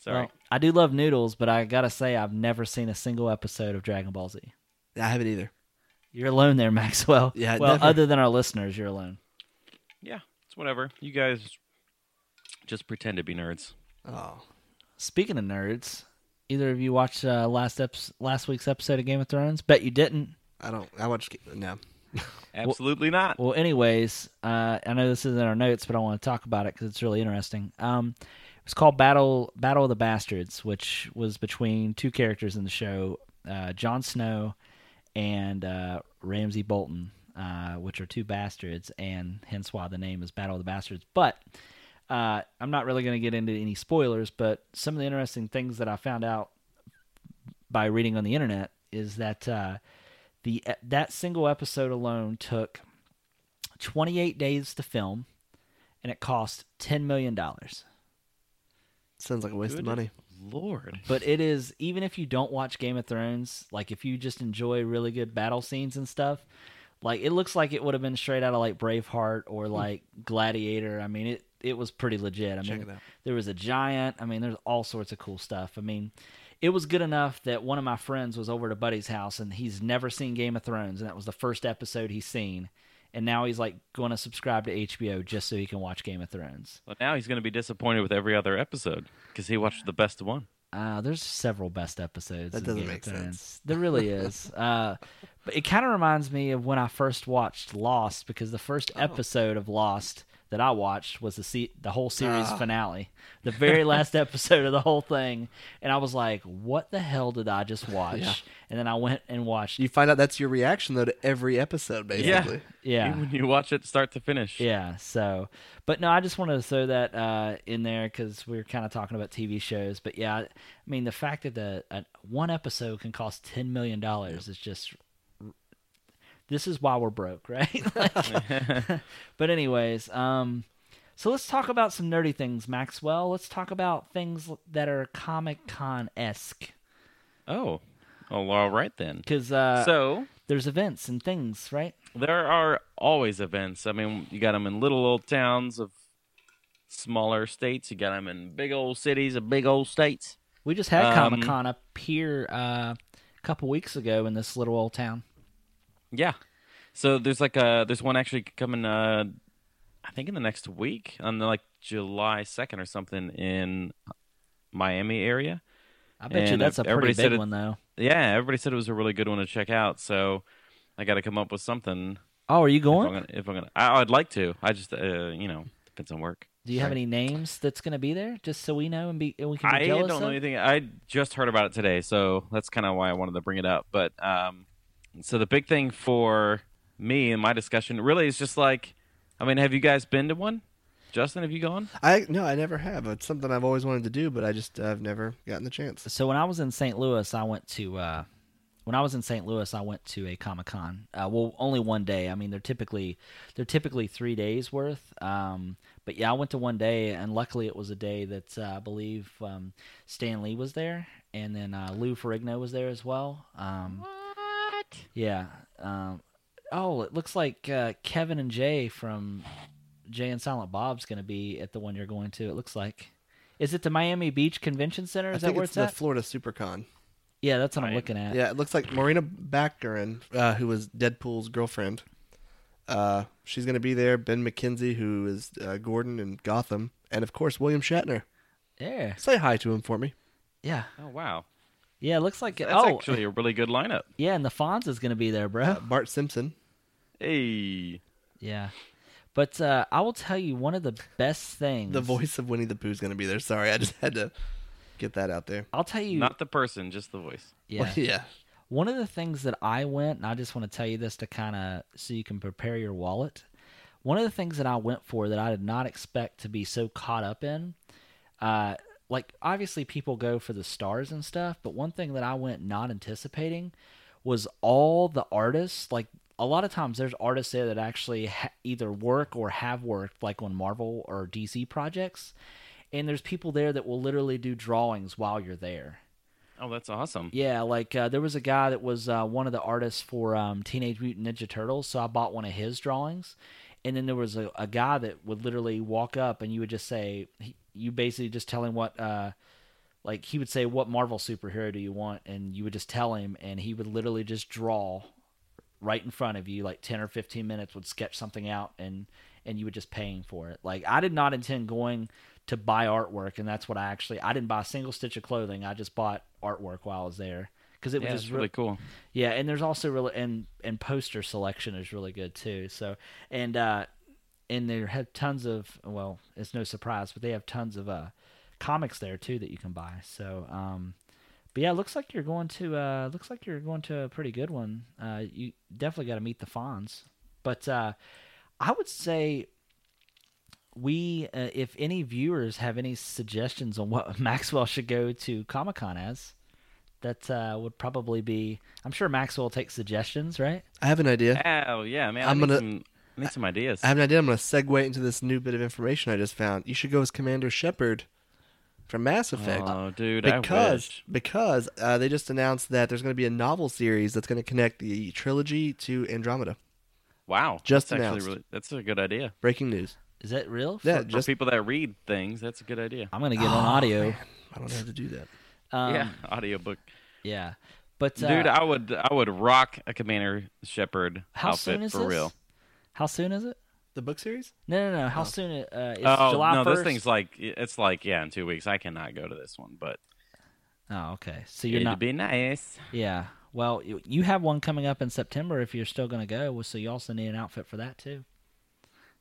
S3: Sorry.
S2: Well, I do love noodles, but I gotta say I've never seen a single episode of Dragon Ball Z.
S1: I haven't either.
S2: You're alone there, Maxwell.
S1: Yeah,
S2: Well,
S1: never.
S2: other than our listeners, you're alone.
S3: Yeah, it's whatever. You guys just pretend to be nerds.
S1: Oh,
S2: Speaking of nerds, either of you watched uh, last eps- last week's episode of Game of Thrones? Bet you didn't.
S1: I don't. I watch no.
S3: Absolutely not.
S2: Well, anyways, uh, I know this isn't in our notes, but I want to talk about it because it's really interesting. Um, it was called Battle Battle of the Bastards, which was between two characters in the show, uh, Jon Snow and uh, Ramsey Bolton, uh, which are two bastards, and hence why the name is Battle of the Bastards. But uh, I'm not really going to get into any spoilers, but some of the interesting things that I found out by reading on the internet is that uh, the that single episode alone took 28 days to film, and it cost 10 million dollars.
S1: Sounds like a waste
S3: Good
S1: of money.
S3: Lord.
S2: But it is even if you don't watch Game of Thrones, like if you just enjoy really good battle scenes and stuff, like it looks like it would have been straight out of like Braveheart or
S1: Hmm.
S2: like Gladiator. I mean, it it was pretty legit. I
S1: Check
S2: mean,
S1: it out.
S2: there was a giant. I mean, there's all sorts of cool stuff. I mean, it was good enough that one of my friends was over at a buddy's house and he's never seen Game of Thrones and that was the first episode he's seen. and now he's like going to subscribe to HBO just so he can watch Game of Thrones.
S3: Well, now he's going to be disappointed with every other episode because he watched the best one.
S2: Uh, there's several best episodes.
S1: That
S2: of
S1: doesn't
S2: Game of
S1: make
S2: Thrones.
S1: sense.
S2: There really is. Uh, but it kind of reminds me of when I first watched Lost because the
S1: Oh.
S2: first episode of Lost that I watched was the se- the whole series
S1: Ah.
S2: finale, the very last episode of the whole thing, and I was like, "What the hell did I just watch?" And then I went and watched.
S1: You find out that's your reaction though to every episode, basically.
S2: yeah,
S3: When you watch it start to finish.
S2: yeah. So, but no, I just wanted to throw that uh, in there because we were kind of talking about TV shows. But yeah, I mean, the fact that the uh, one episode can cost ten million dollars is just. This is why we're broke, right? Like- but anyways, um, so let's talk about some nerdy things, Maxwell. Let's talk about things that are Comic Con esque
S3: Oh. Oh, well, all right then.
S2: because uh,
S3: so
S2: there's events and things, right?
S3: there are always events. I mean, you got them in little old towns of smaller states. You got them in big old cities of big old states.
S2: We just had
S3: Um,
S2: Comic Con up here uh, a couple weeks ago in this little old town.
S3: Yeah. So there's like a there's one actually coming. Uh, I think in the next week on the, like July second or something in Miami area.
S2: I bet you
S3: And uh,
S2: that's a pretty
S3: everybody said
S2: big
S3: it-
S2: one, though.
S3: Yeah, everybody said it was a really good one to check out. So I got to come up with something.
S2: Oh, are you
S3: If I'm
S2: going?
S3: gonna, if I'm gonna I, I'd like to. I just, uh, you know, depends on work.
S2: Do you have any names that's going to be there, just so we know and be and we can be
S3: I
S2: jealous?
S3: don't know
S2: of?
S3: anything. I just heard about it today, so that's kind of why I wanted to bring it up. But um, so the big thing for me and my discussion really is just like, I mean, have you guys been to one? Justin, have you gone?
S1: I no, I never have. It's something I've always wanted to do, but I just uh, have never gotten the chance.
S2: So when I was in St. Louis, I went to uh, when I was in St. Louis, I went to a Comic Con. Uh, well, only one day. I mean, they're typically they're typically three days worth. Um, but yeah, I went to one day, and luckily it was a day that uh, I believe um, Stan Lee was there, and then uh, Lou Ferrigno was there as well. Um,
S3: What?
S2: Yeah. Um, oh, it looks like uh, Kevin and Jay from Jay and Silent Bob's going to be at the one you're going to. It looks like. Is it the Miami Beach Convention Center?
S1: I
S2: Is that
S1: think
S2: where
S1: it's,
S2: it's,
S1: the
S2: at?
S1: Florida SuperCon.
S2: yeah, that's what I'm
S3: Miami.
S2: looking at.
S1: Yeah, it looks like Marina Baccarin, uh, who was Deadpool's girlfriend. Uh, she's going to be there. Ben McKenzie, who is uh, Gordon in Gotham, and of course William Shatner.
S2: Yeah.
S1: Say hi to him for me.
S2: Yeah.
S3: Oh wow,
S2: Yeah, it looks like it.
S3: that's
S2: Oh,
S3: actually a really good lineup.
S2: yeah, and the Fonz is going to be there, bro.
S1: Uh, Bart Simpson.
S3: Hey,
S2: Yeah. But uh, I will tell you one of the best things.
S1: The voice of Winnie the Pooh is going to be there. Sorry, I just had to get that out there.
S2: I'll tell you.
S3: not the person, just the voice.
S2: yeah.
S1: yeah.
S2: One of the things that I went, and I just want to tell you this to kind of so you can prepare your wallet. One of the things that I went for that I did not expect to be so caught up in, uh, like obviously people go for the stars and stuff, but one thing that I went not anticipating was all the artists. Like a lot of times, there's artists there that actually ha- either work or have worked, like on Marvel or DC projects, and there's people there that will literally do drawings while you're there.
S3: Oh, that's awesome.
S2: Yeah, like uh, there was a guy that was uh, one of the artists for um, Teenage Mutant Ninja Turtles, so I bought one of his drawings. And then there was a, a guy that would literally walk up, and you would just say, he, you basically just tell him what, uh, like he would say, what Marvel superhero do you want, and you would just tell him, and he would literally just draw right in front of you, like ten or fifteen minutes, would sketch something out, and and you would just pay him for it. Like I did not intend going to buy artwork, and that's what I actually I didn't buy a single stitch of clothing. I just bought artwork while I was there because it
S3: Yeah,
S2: was
S3: that's
S2: just
S3: really
S2: really
S3: cool.
S2: yeah, and there's also really and and poster selection is really good too. So and uh and they have tons of well, it's no surprise, but they have tons of uh comics there too that you can buy. So um but yeah, it looks like you're going to uh looks like you're going to a pretty good one. Uh you definitely got to meet the Fonz. But uh I would say we uh, if any viewers have any suggestions on what Maxwell should go to Comic-Con as, that uh, would probably be. I'm sure Maxwell will take suggestions, right?
S1: I have an idea.
S3: Oh yeah,
S1: I'm
S3: man. I need
S1: gonna-
S3: some, I need some ideas.
S1: I have an idea. I'm going to segue into this new bit of information I just found. You should go as Commander Shepard from Mass Effect.
S3: oh, dude, I
S1: because
S3: wish.
S1: because uh, they just announced that there's going to be a novel series that's going to connect the trilogy to Andromeda.
S3: Wow,
S1: Just
S3: that's
S1: announced.
S3: actually really that's a good idea.
S1: Breaking news.
S2: Is that real?
S1: Yeah,
S2: For-
S1: just Oh,
S3: for people that read things, that's a good idea.
S2: I'm gonna get on audio.
S1: I don't have to do that.
S2: Um,
S3: yeah, audiobook.
S2: yeah. But uh,
S3: Dude, I would I would rock a Commander Shepard
S2: how
S3: outfit
S2: soon is
S3: for
S2: this?
S3: real.
S2: How soon is it?
S1: The book series?
S2: No, no, no. How soon? It, uh, it's
S3: oh
S2: July
S3: no,
S2: 1st.
S3: this thing's like it's like yeah, in two weeks I cannot go to this one, but
S2: Oh, okay. So you're
S3: it'd
S2: not.
S3: be nice.
S2: Yeah. Well, you you have one coming up in September if you're still going to go. well, So you also need an outfit for that too.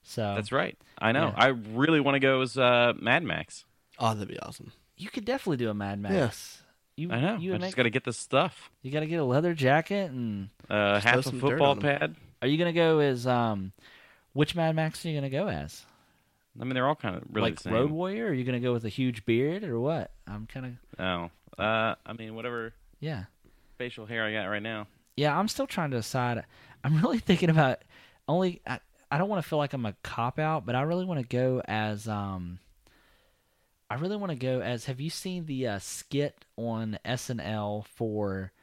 S2: So
S3: That's right. I know.
S2: Oh. Yeah.
S3: I really want to go as uh, Mad Max.
S1: Oh, that'd be awesome.
S2: you could definitely do a Mad Max.
S1: Yes.
S2: You,
S3: I know.
S2: You
S3: I
S2: would
S3: just
S2: make,
S3: got to get the stuff.
S2: you got to get a leather jacket, and
S3: Uh,
S1: throw
S3: half a
S1: some dirt
S3: football
S1: on 'em.
S3: pad.
S2: are you going to go as um, which Mad Max are you going to go as?
S3: I mean, they're all kind of really
S2: like
S3: the same.
S2: Road Warrior? Are you going to go with a huge beard or what? I'm kind of
S3: Oh, uh, I mean, whatever
S2: yeah,
S3: facial hair I got right now.
S2: yeah. I'm still trying to decide. I'm really thinking about only. I, I don't want to feel like I'm a cop out, but I really want to go as um. I really want to go as. Have you seen the uh, skit on SNL for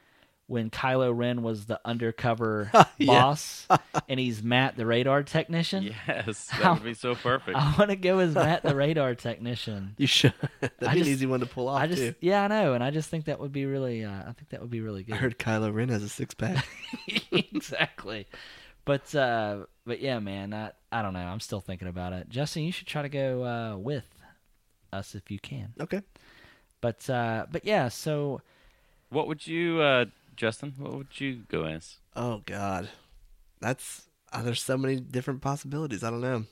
S2: when Kylo Ren was the undercover
S1: Yeah.
S2: boss and he's Matt the radar technician?
S3: Yes, that
S2: Ow.
S3: would be so perfect.
S2: I want to go as Matt the radar technician.
S1: You should. That'd
S2: I
S1: be
S2: just-
S1: an easy one to pull off
S2: I just
S1: too.
S2: yeah, I know, and I just think that would be really. Uh, I think that would be really good.
S1: I heard Kylo Ren has a six pack.
S2: exactly. But uh but yeah, man, I I don't know. I'm still thinking about it. Justin, you should try to go uh with us if you can.
S1: okay.
S2: But uh but yeah, so
S3: What would you, uh, Justin? What would you go as?
S1: Oh God, that's oh, there's so many different possibilities. I don't know.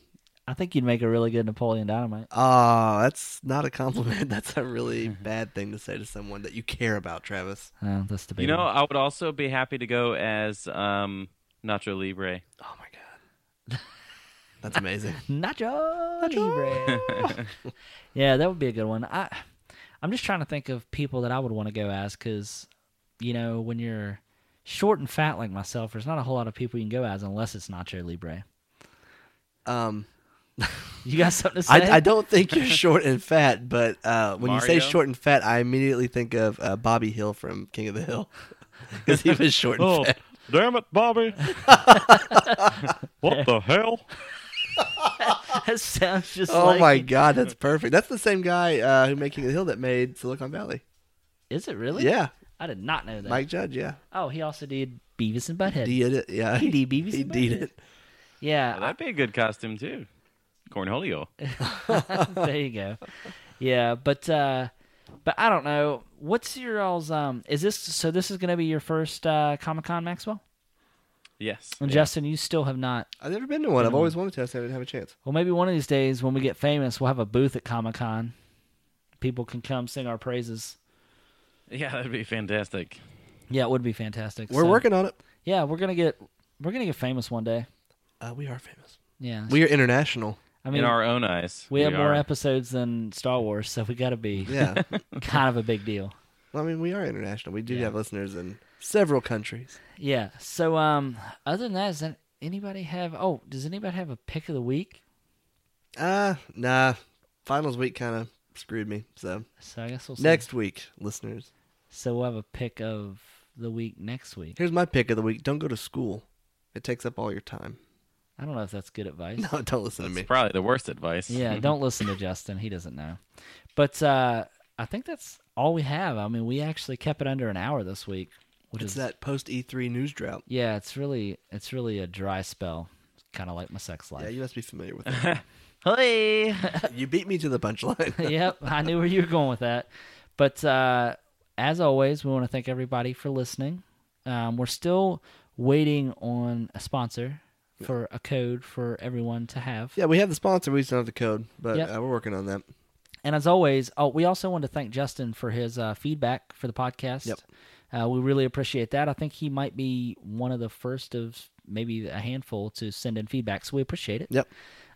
S2: I think you'd make a really good Napoleon Dynamite.
S1: Oh, that's not a compliment. That's a really
S2: Mm-hmm.
S1: bad thing to say to someone that you care about, Travis.
S2: Uh, that's the
S3: You know, I would also be happy to go as um, Nacho Libre.
S1: Oh my God, that's amazing.
S2: Nacho Libre. yeah, that would be a good one. I I'm just trying to think of people that I would want to go as because you know when you're short and fat like myself, there's not a whole lot of people you can go as unless it's Nacho Libre.
S1: Um,
S2: You got something to say?
S1: I, I don't think you're short and fat, but uh, when you say
S3: Mario?
S1: short and fat, I immediately think of uh, Bobby Hill from King of the Hill because he was short
S2: Oh.
S1: and fat.
S3: Oh, damn it, Bobby! what the hell?
S2: That sounds just
S1: Oh
S2: like
S1: my God, that's perfect. That's the same guy uh, who made King of the Hill that made Silicon Valley.
S2: Is it really?
S1: Yeah,
S2: I did not know that.
S1: Mike Judge. Yeah,
S2: oh, he also did Beavis and Butthead.
S1: he did it. Yeah,
S2: He did Beavis
S1: He
S2: and
S1: did
S2: Butthead.
S1: it.
S2: yeah,
S3: Well, that'd be a good costume too. Cornholio.
S2: there you go. Yeah, but uh but I don't know. What's your all's um is this so this is gonna be your first uh Comic Con Maxwell?
S3: Yes.
S2: And
S3: Yeah.
S2: Justin, you still have not
S1: I've never been to one. I've always wanted to. I just haven't had a chance.
S2: well maybe one of these days when we get famous we'll have a booth at Comic Con. People can come sing our praises.
S3: yeah, that'd be fantastic.
S2: Yeah, it would be fantastic.
S1: We're
S2: So,
S1: working on it.
S2: Yeah, we're gonna get we're gonna get famous one day.
S1: Uh, we are famous.
S2: Yeah.
S1: We are international.
S2: I mean
S3: In our own eyes,
S2: We have more
S3: are.
S2: episodes than Star Wars, so we got to be
S1: Yeah.
S2: kind of a big deal.
S1: I mean, we are international. We do
S2: Yeah.
S1: have listeners in several countries.
S2: Yeah. So, um, other than that, does an- anybody have? Oh, does anybody have a pick of the week?
S1: Uh, nah. Finals week kind of screwed me. So
S2: So I guess we'll see.
S1: next week, listeners,
S2: So we'll have a pick of the week next week.
S1: here's my pick of the week. Don't go to school. It takes up all your time.
S2: I don't know if that's good advice.
S1: No, don't listen to
S3: That's
S1: me.
S3: probably the worst advice.
S2: Yeah. Don't listen to Justin. He doesn't know. But uh, I think that's all we have. I mean, we actually kept it under an hour this week, which
S1: it's
S2: is
S1: that post E3 news drought.
S2: yeah. It's really it's really a dry spell. Kind of like my sex
S1: Yeah,
S2: life.
S1: you must be familiar with it.
S2: Hey.
S1: you beat me to the punchline.
S2: yep, I knew where you were going with that. But uh, as always, we want to thank everybody for listening. Um, we're still waiting on a sponsor for a code for everyone to have.
S1: yeah, we have the sponsor. We just don't have the code, but
S2: Yep.
S1: uh, we're working on that.
S2: And as always, oh, we also want to thank Justin for his uh, feedback for the podcast.
S1: Yep.
S2: Uh, we really appreciate that. I think he might be one of the first of maybe a handful to send in feedback, so we appreciate it.
S1: Yep.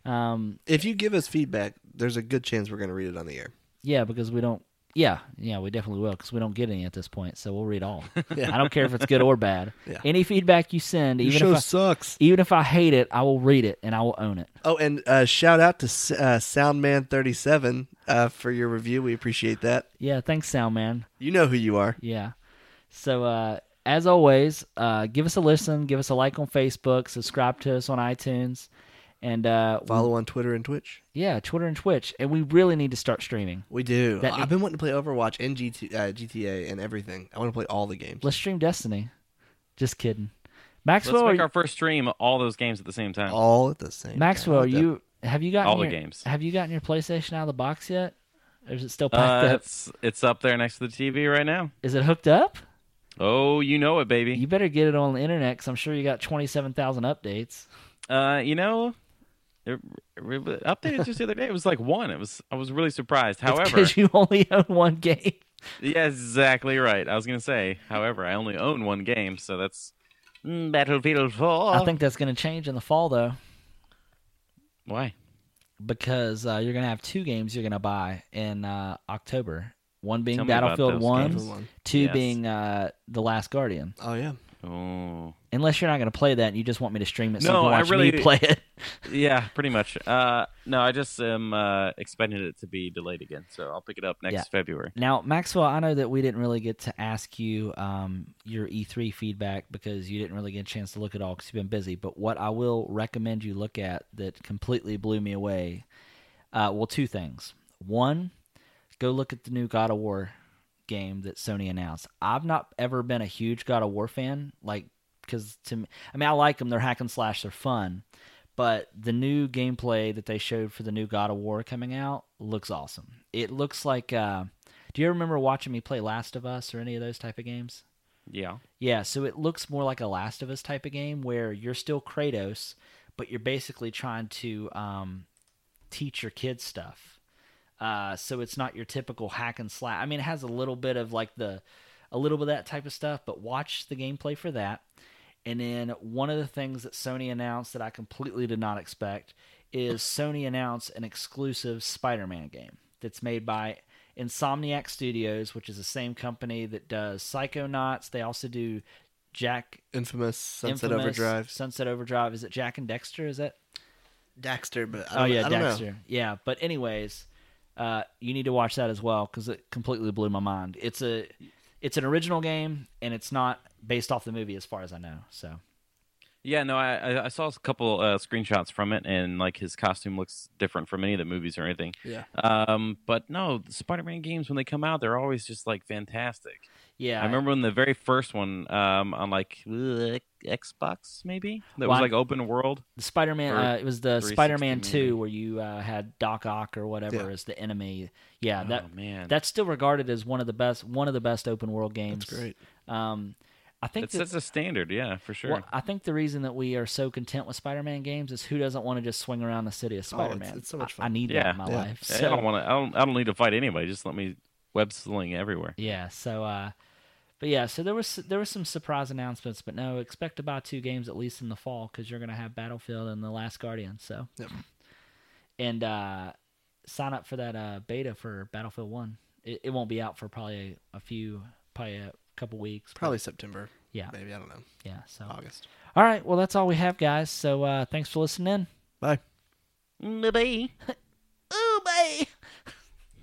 S2: Um,
S1: If you give us feedback, there's a good chance we're going to read it on the air.
S2: Yeah, because we don't. Yeah, yeah, we definitely will because we don't get any at this point, so we'll read all.
S1: Yeah.
S2: I don't care if it's good or bad.
S1: Yeah.
S2: Any feedback you send,
S1: Your
S2: even
S1: show
S2: if I,
S1: sucks.
S2: even if I hate it, I will read it and I will own it.
S1: Oh, and uh, shout out to S- uh, Soundman37 uh, for your review. We appreciate that.
S2: Yeah, thanks, Sound Man.
S1: You know who you are.
S2: Yeah. So uh, as always, uh, give us a listen, give us a like on Facebook, subscribe to us on iTunes, and uh, we-
S1: Follow on Twitter and Twitch.
S2: yeah, Twitter and Twitch. And we really need to start streaming.
S1: We do.
S2: That-
S1: I've been wanting to play Overwatch and GT, uh, GTA and everything. I want to play all the games.
S2: Let's stream Destiny. Just kidding. Maxwell,
S3: Let's
S2: are
S3: make
S2: you-
S3: our first stream all those games at the same time.
S1: all at the same.
S2: Maxwell,
S1: time.
S2: are you have you gotten
S3: All the
S2: your-
S3: games.
S2: Have you gotten your PlayStation out of the box yet? Or is it still packed
S3: Uh,
S2: up?
S3: it's it's up there next to the TV right now.
S2: Is it hooked up?
S3: Oh, you know it, baby.
S2: You better get it on the internet because I'm sure you got 27,000 updates.
S3: Uh, you know, it, it was updated just the other day. It was like one. It was I was really surprised. However,
S2: Because you only own one game.
S3: yeah, exactly right. I was gonna say, however, I only own one game, so that's Mm, Battlefield Four.
S2: I think that's going to change in the fall, though,
S3: Why?
S2: because uh, you're going to have two games you're going to buy in uh, October. One being
S3: Tell me about
S2: Battlefield
S3: those
S2: 1,
S3: games.
S1: Everyone.
S2: two
S3: Yes.
S2: being uh, The Last Guardian.
S1: Oh yeah.
S3: Oh,
S2: Unless you're not going to play that and you just want me to stream it so
S3: No,
S2: you can
S3: I
S2: watch me
S3: really-
S2: play it.
S3: yeah, pretty much. Uh, no, I just am uh, expecting it to be delayed again, so I'll pick it up next
S2: Yeah.
S3: February.
S2: Now, Maxwell, I know that we didn't really get to ask you um, your E3 feedback because you didn't really get a chance to look at all because you've been busy. But what I will recommend you look at that completely blew me away, uh, well, two things. One, go look at the new God of War game that Sony announced. I've not ever been a huge God of War fan, like because to me, I mean, I like them. They're hack and slash. They're fun. But the new gameplay that they showed for the new God of War coming out looks awesome. It looks like. Uh, do you remember watching me play Last of Us or any of those type of games?
S3: Yeah.
S2: Yeah, so it looks more like a Last of Us type of game where you're still Kratos, but you're basically trying to um, teach your kids stuff. Uh, so it's not your typical hack and slash. I mean, it has a little bit of like the, a little bit of that type of stuff, but watch the gameplay for that. And then one of the things that Sony announced that I completely did not expect is Sony announced an exclusive Spider Man game that's made by Insomniac Studios, which is the same company that does Psychonauts. They also do Jack
S1: Infamous Sunset
S2: infamous
S1: Overdrive.
S2: Sunset Overdrive. Is it Jack and Dexter? Is that
S1: Daxter, but I
S2: Oh
S1: don't,
S2: yeah,
S1: I don't
S2: Dexter.
S1: know.
S2: Yeah, but anyways, uh, you need to watch that as well because it completely blew my mind. It's a, it's an original game and it's not based off the movie as far as I know. So
S3: Yeah, no, I I- I saw a couple uh, screenshots from it, and like his costume looks different from any of the movies or anything.
S1: Yeah.
S3: Um, but no, the Spider-Man games when they come out, they're always just like fantastic.
S2: yeah,
S3: I remember when the very first one, um, on like uh, Xbox maybe
S2: Well,
S3: that was
S2: I-
S3: like open world.
S2: the Spider-Man.
S3: Or
S2: Uh, it was the
S3: 360
S2: Spider-Man Two
S3: maybe.
S2: where you uh, had Doc Ock or whatever
S1: Yeah.
S2: as the enemy. Yeah, that
S3: oh man,
S2: that's still regarded as one of the best one of the best open world games.
S1: That's great.
S2: Um, I think
S3: That sets a standard. Yeah, for sure.
S2: Well, I think the reason that we are so content with Spider-Man games is who doesn't want to just swing around the city of
S1: Oh, it's-
S2: Spider-Man.
S1: it's so much
S2: I- I,
S1: fun.
S2: need that
S3: Yeah.
S2: in my
S1: Yeah.
S2: life.
S3: I
S2: So,
S3: don't want to. I don't. I don't need to fight anybody. Just let me web sling everywhere.
S2: yeah. So, uh, but yeah. So there was there were some surprise announcements, but no, expect to buy two games at least in the fall because you're gonna have Battlefield and The Last Guardian. So,
S1: Yep.
S2: and uh, sign up for that uh, beta for Battlefield One. It, it won't be out for probably a, a few, probably a couple weeks. but
S1: Probably September.
S2: Yeah.
S1: Maybe I don't know.
S2: Yeah. So,
S1: August.
S2: all right. Well, that's all we have, guys. So, uh, thanks for listening.
S1: Bye.
S3: Maybe.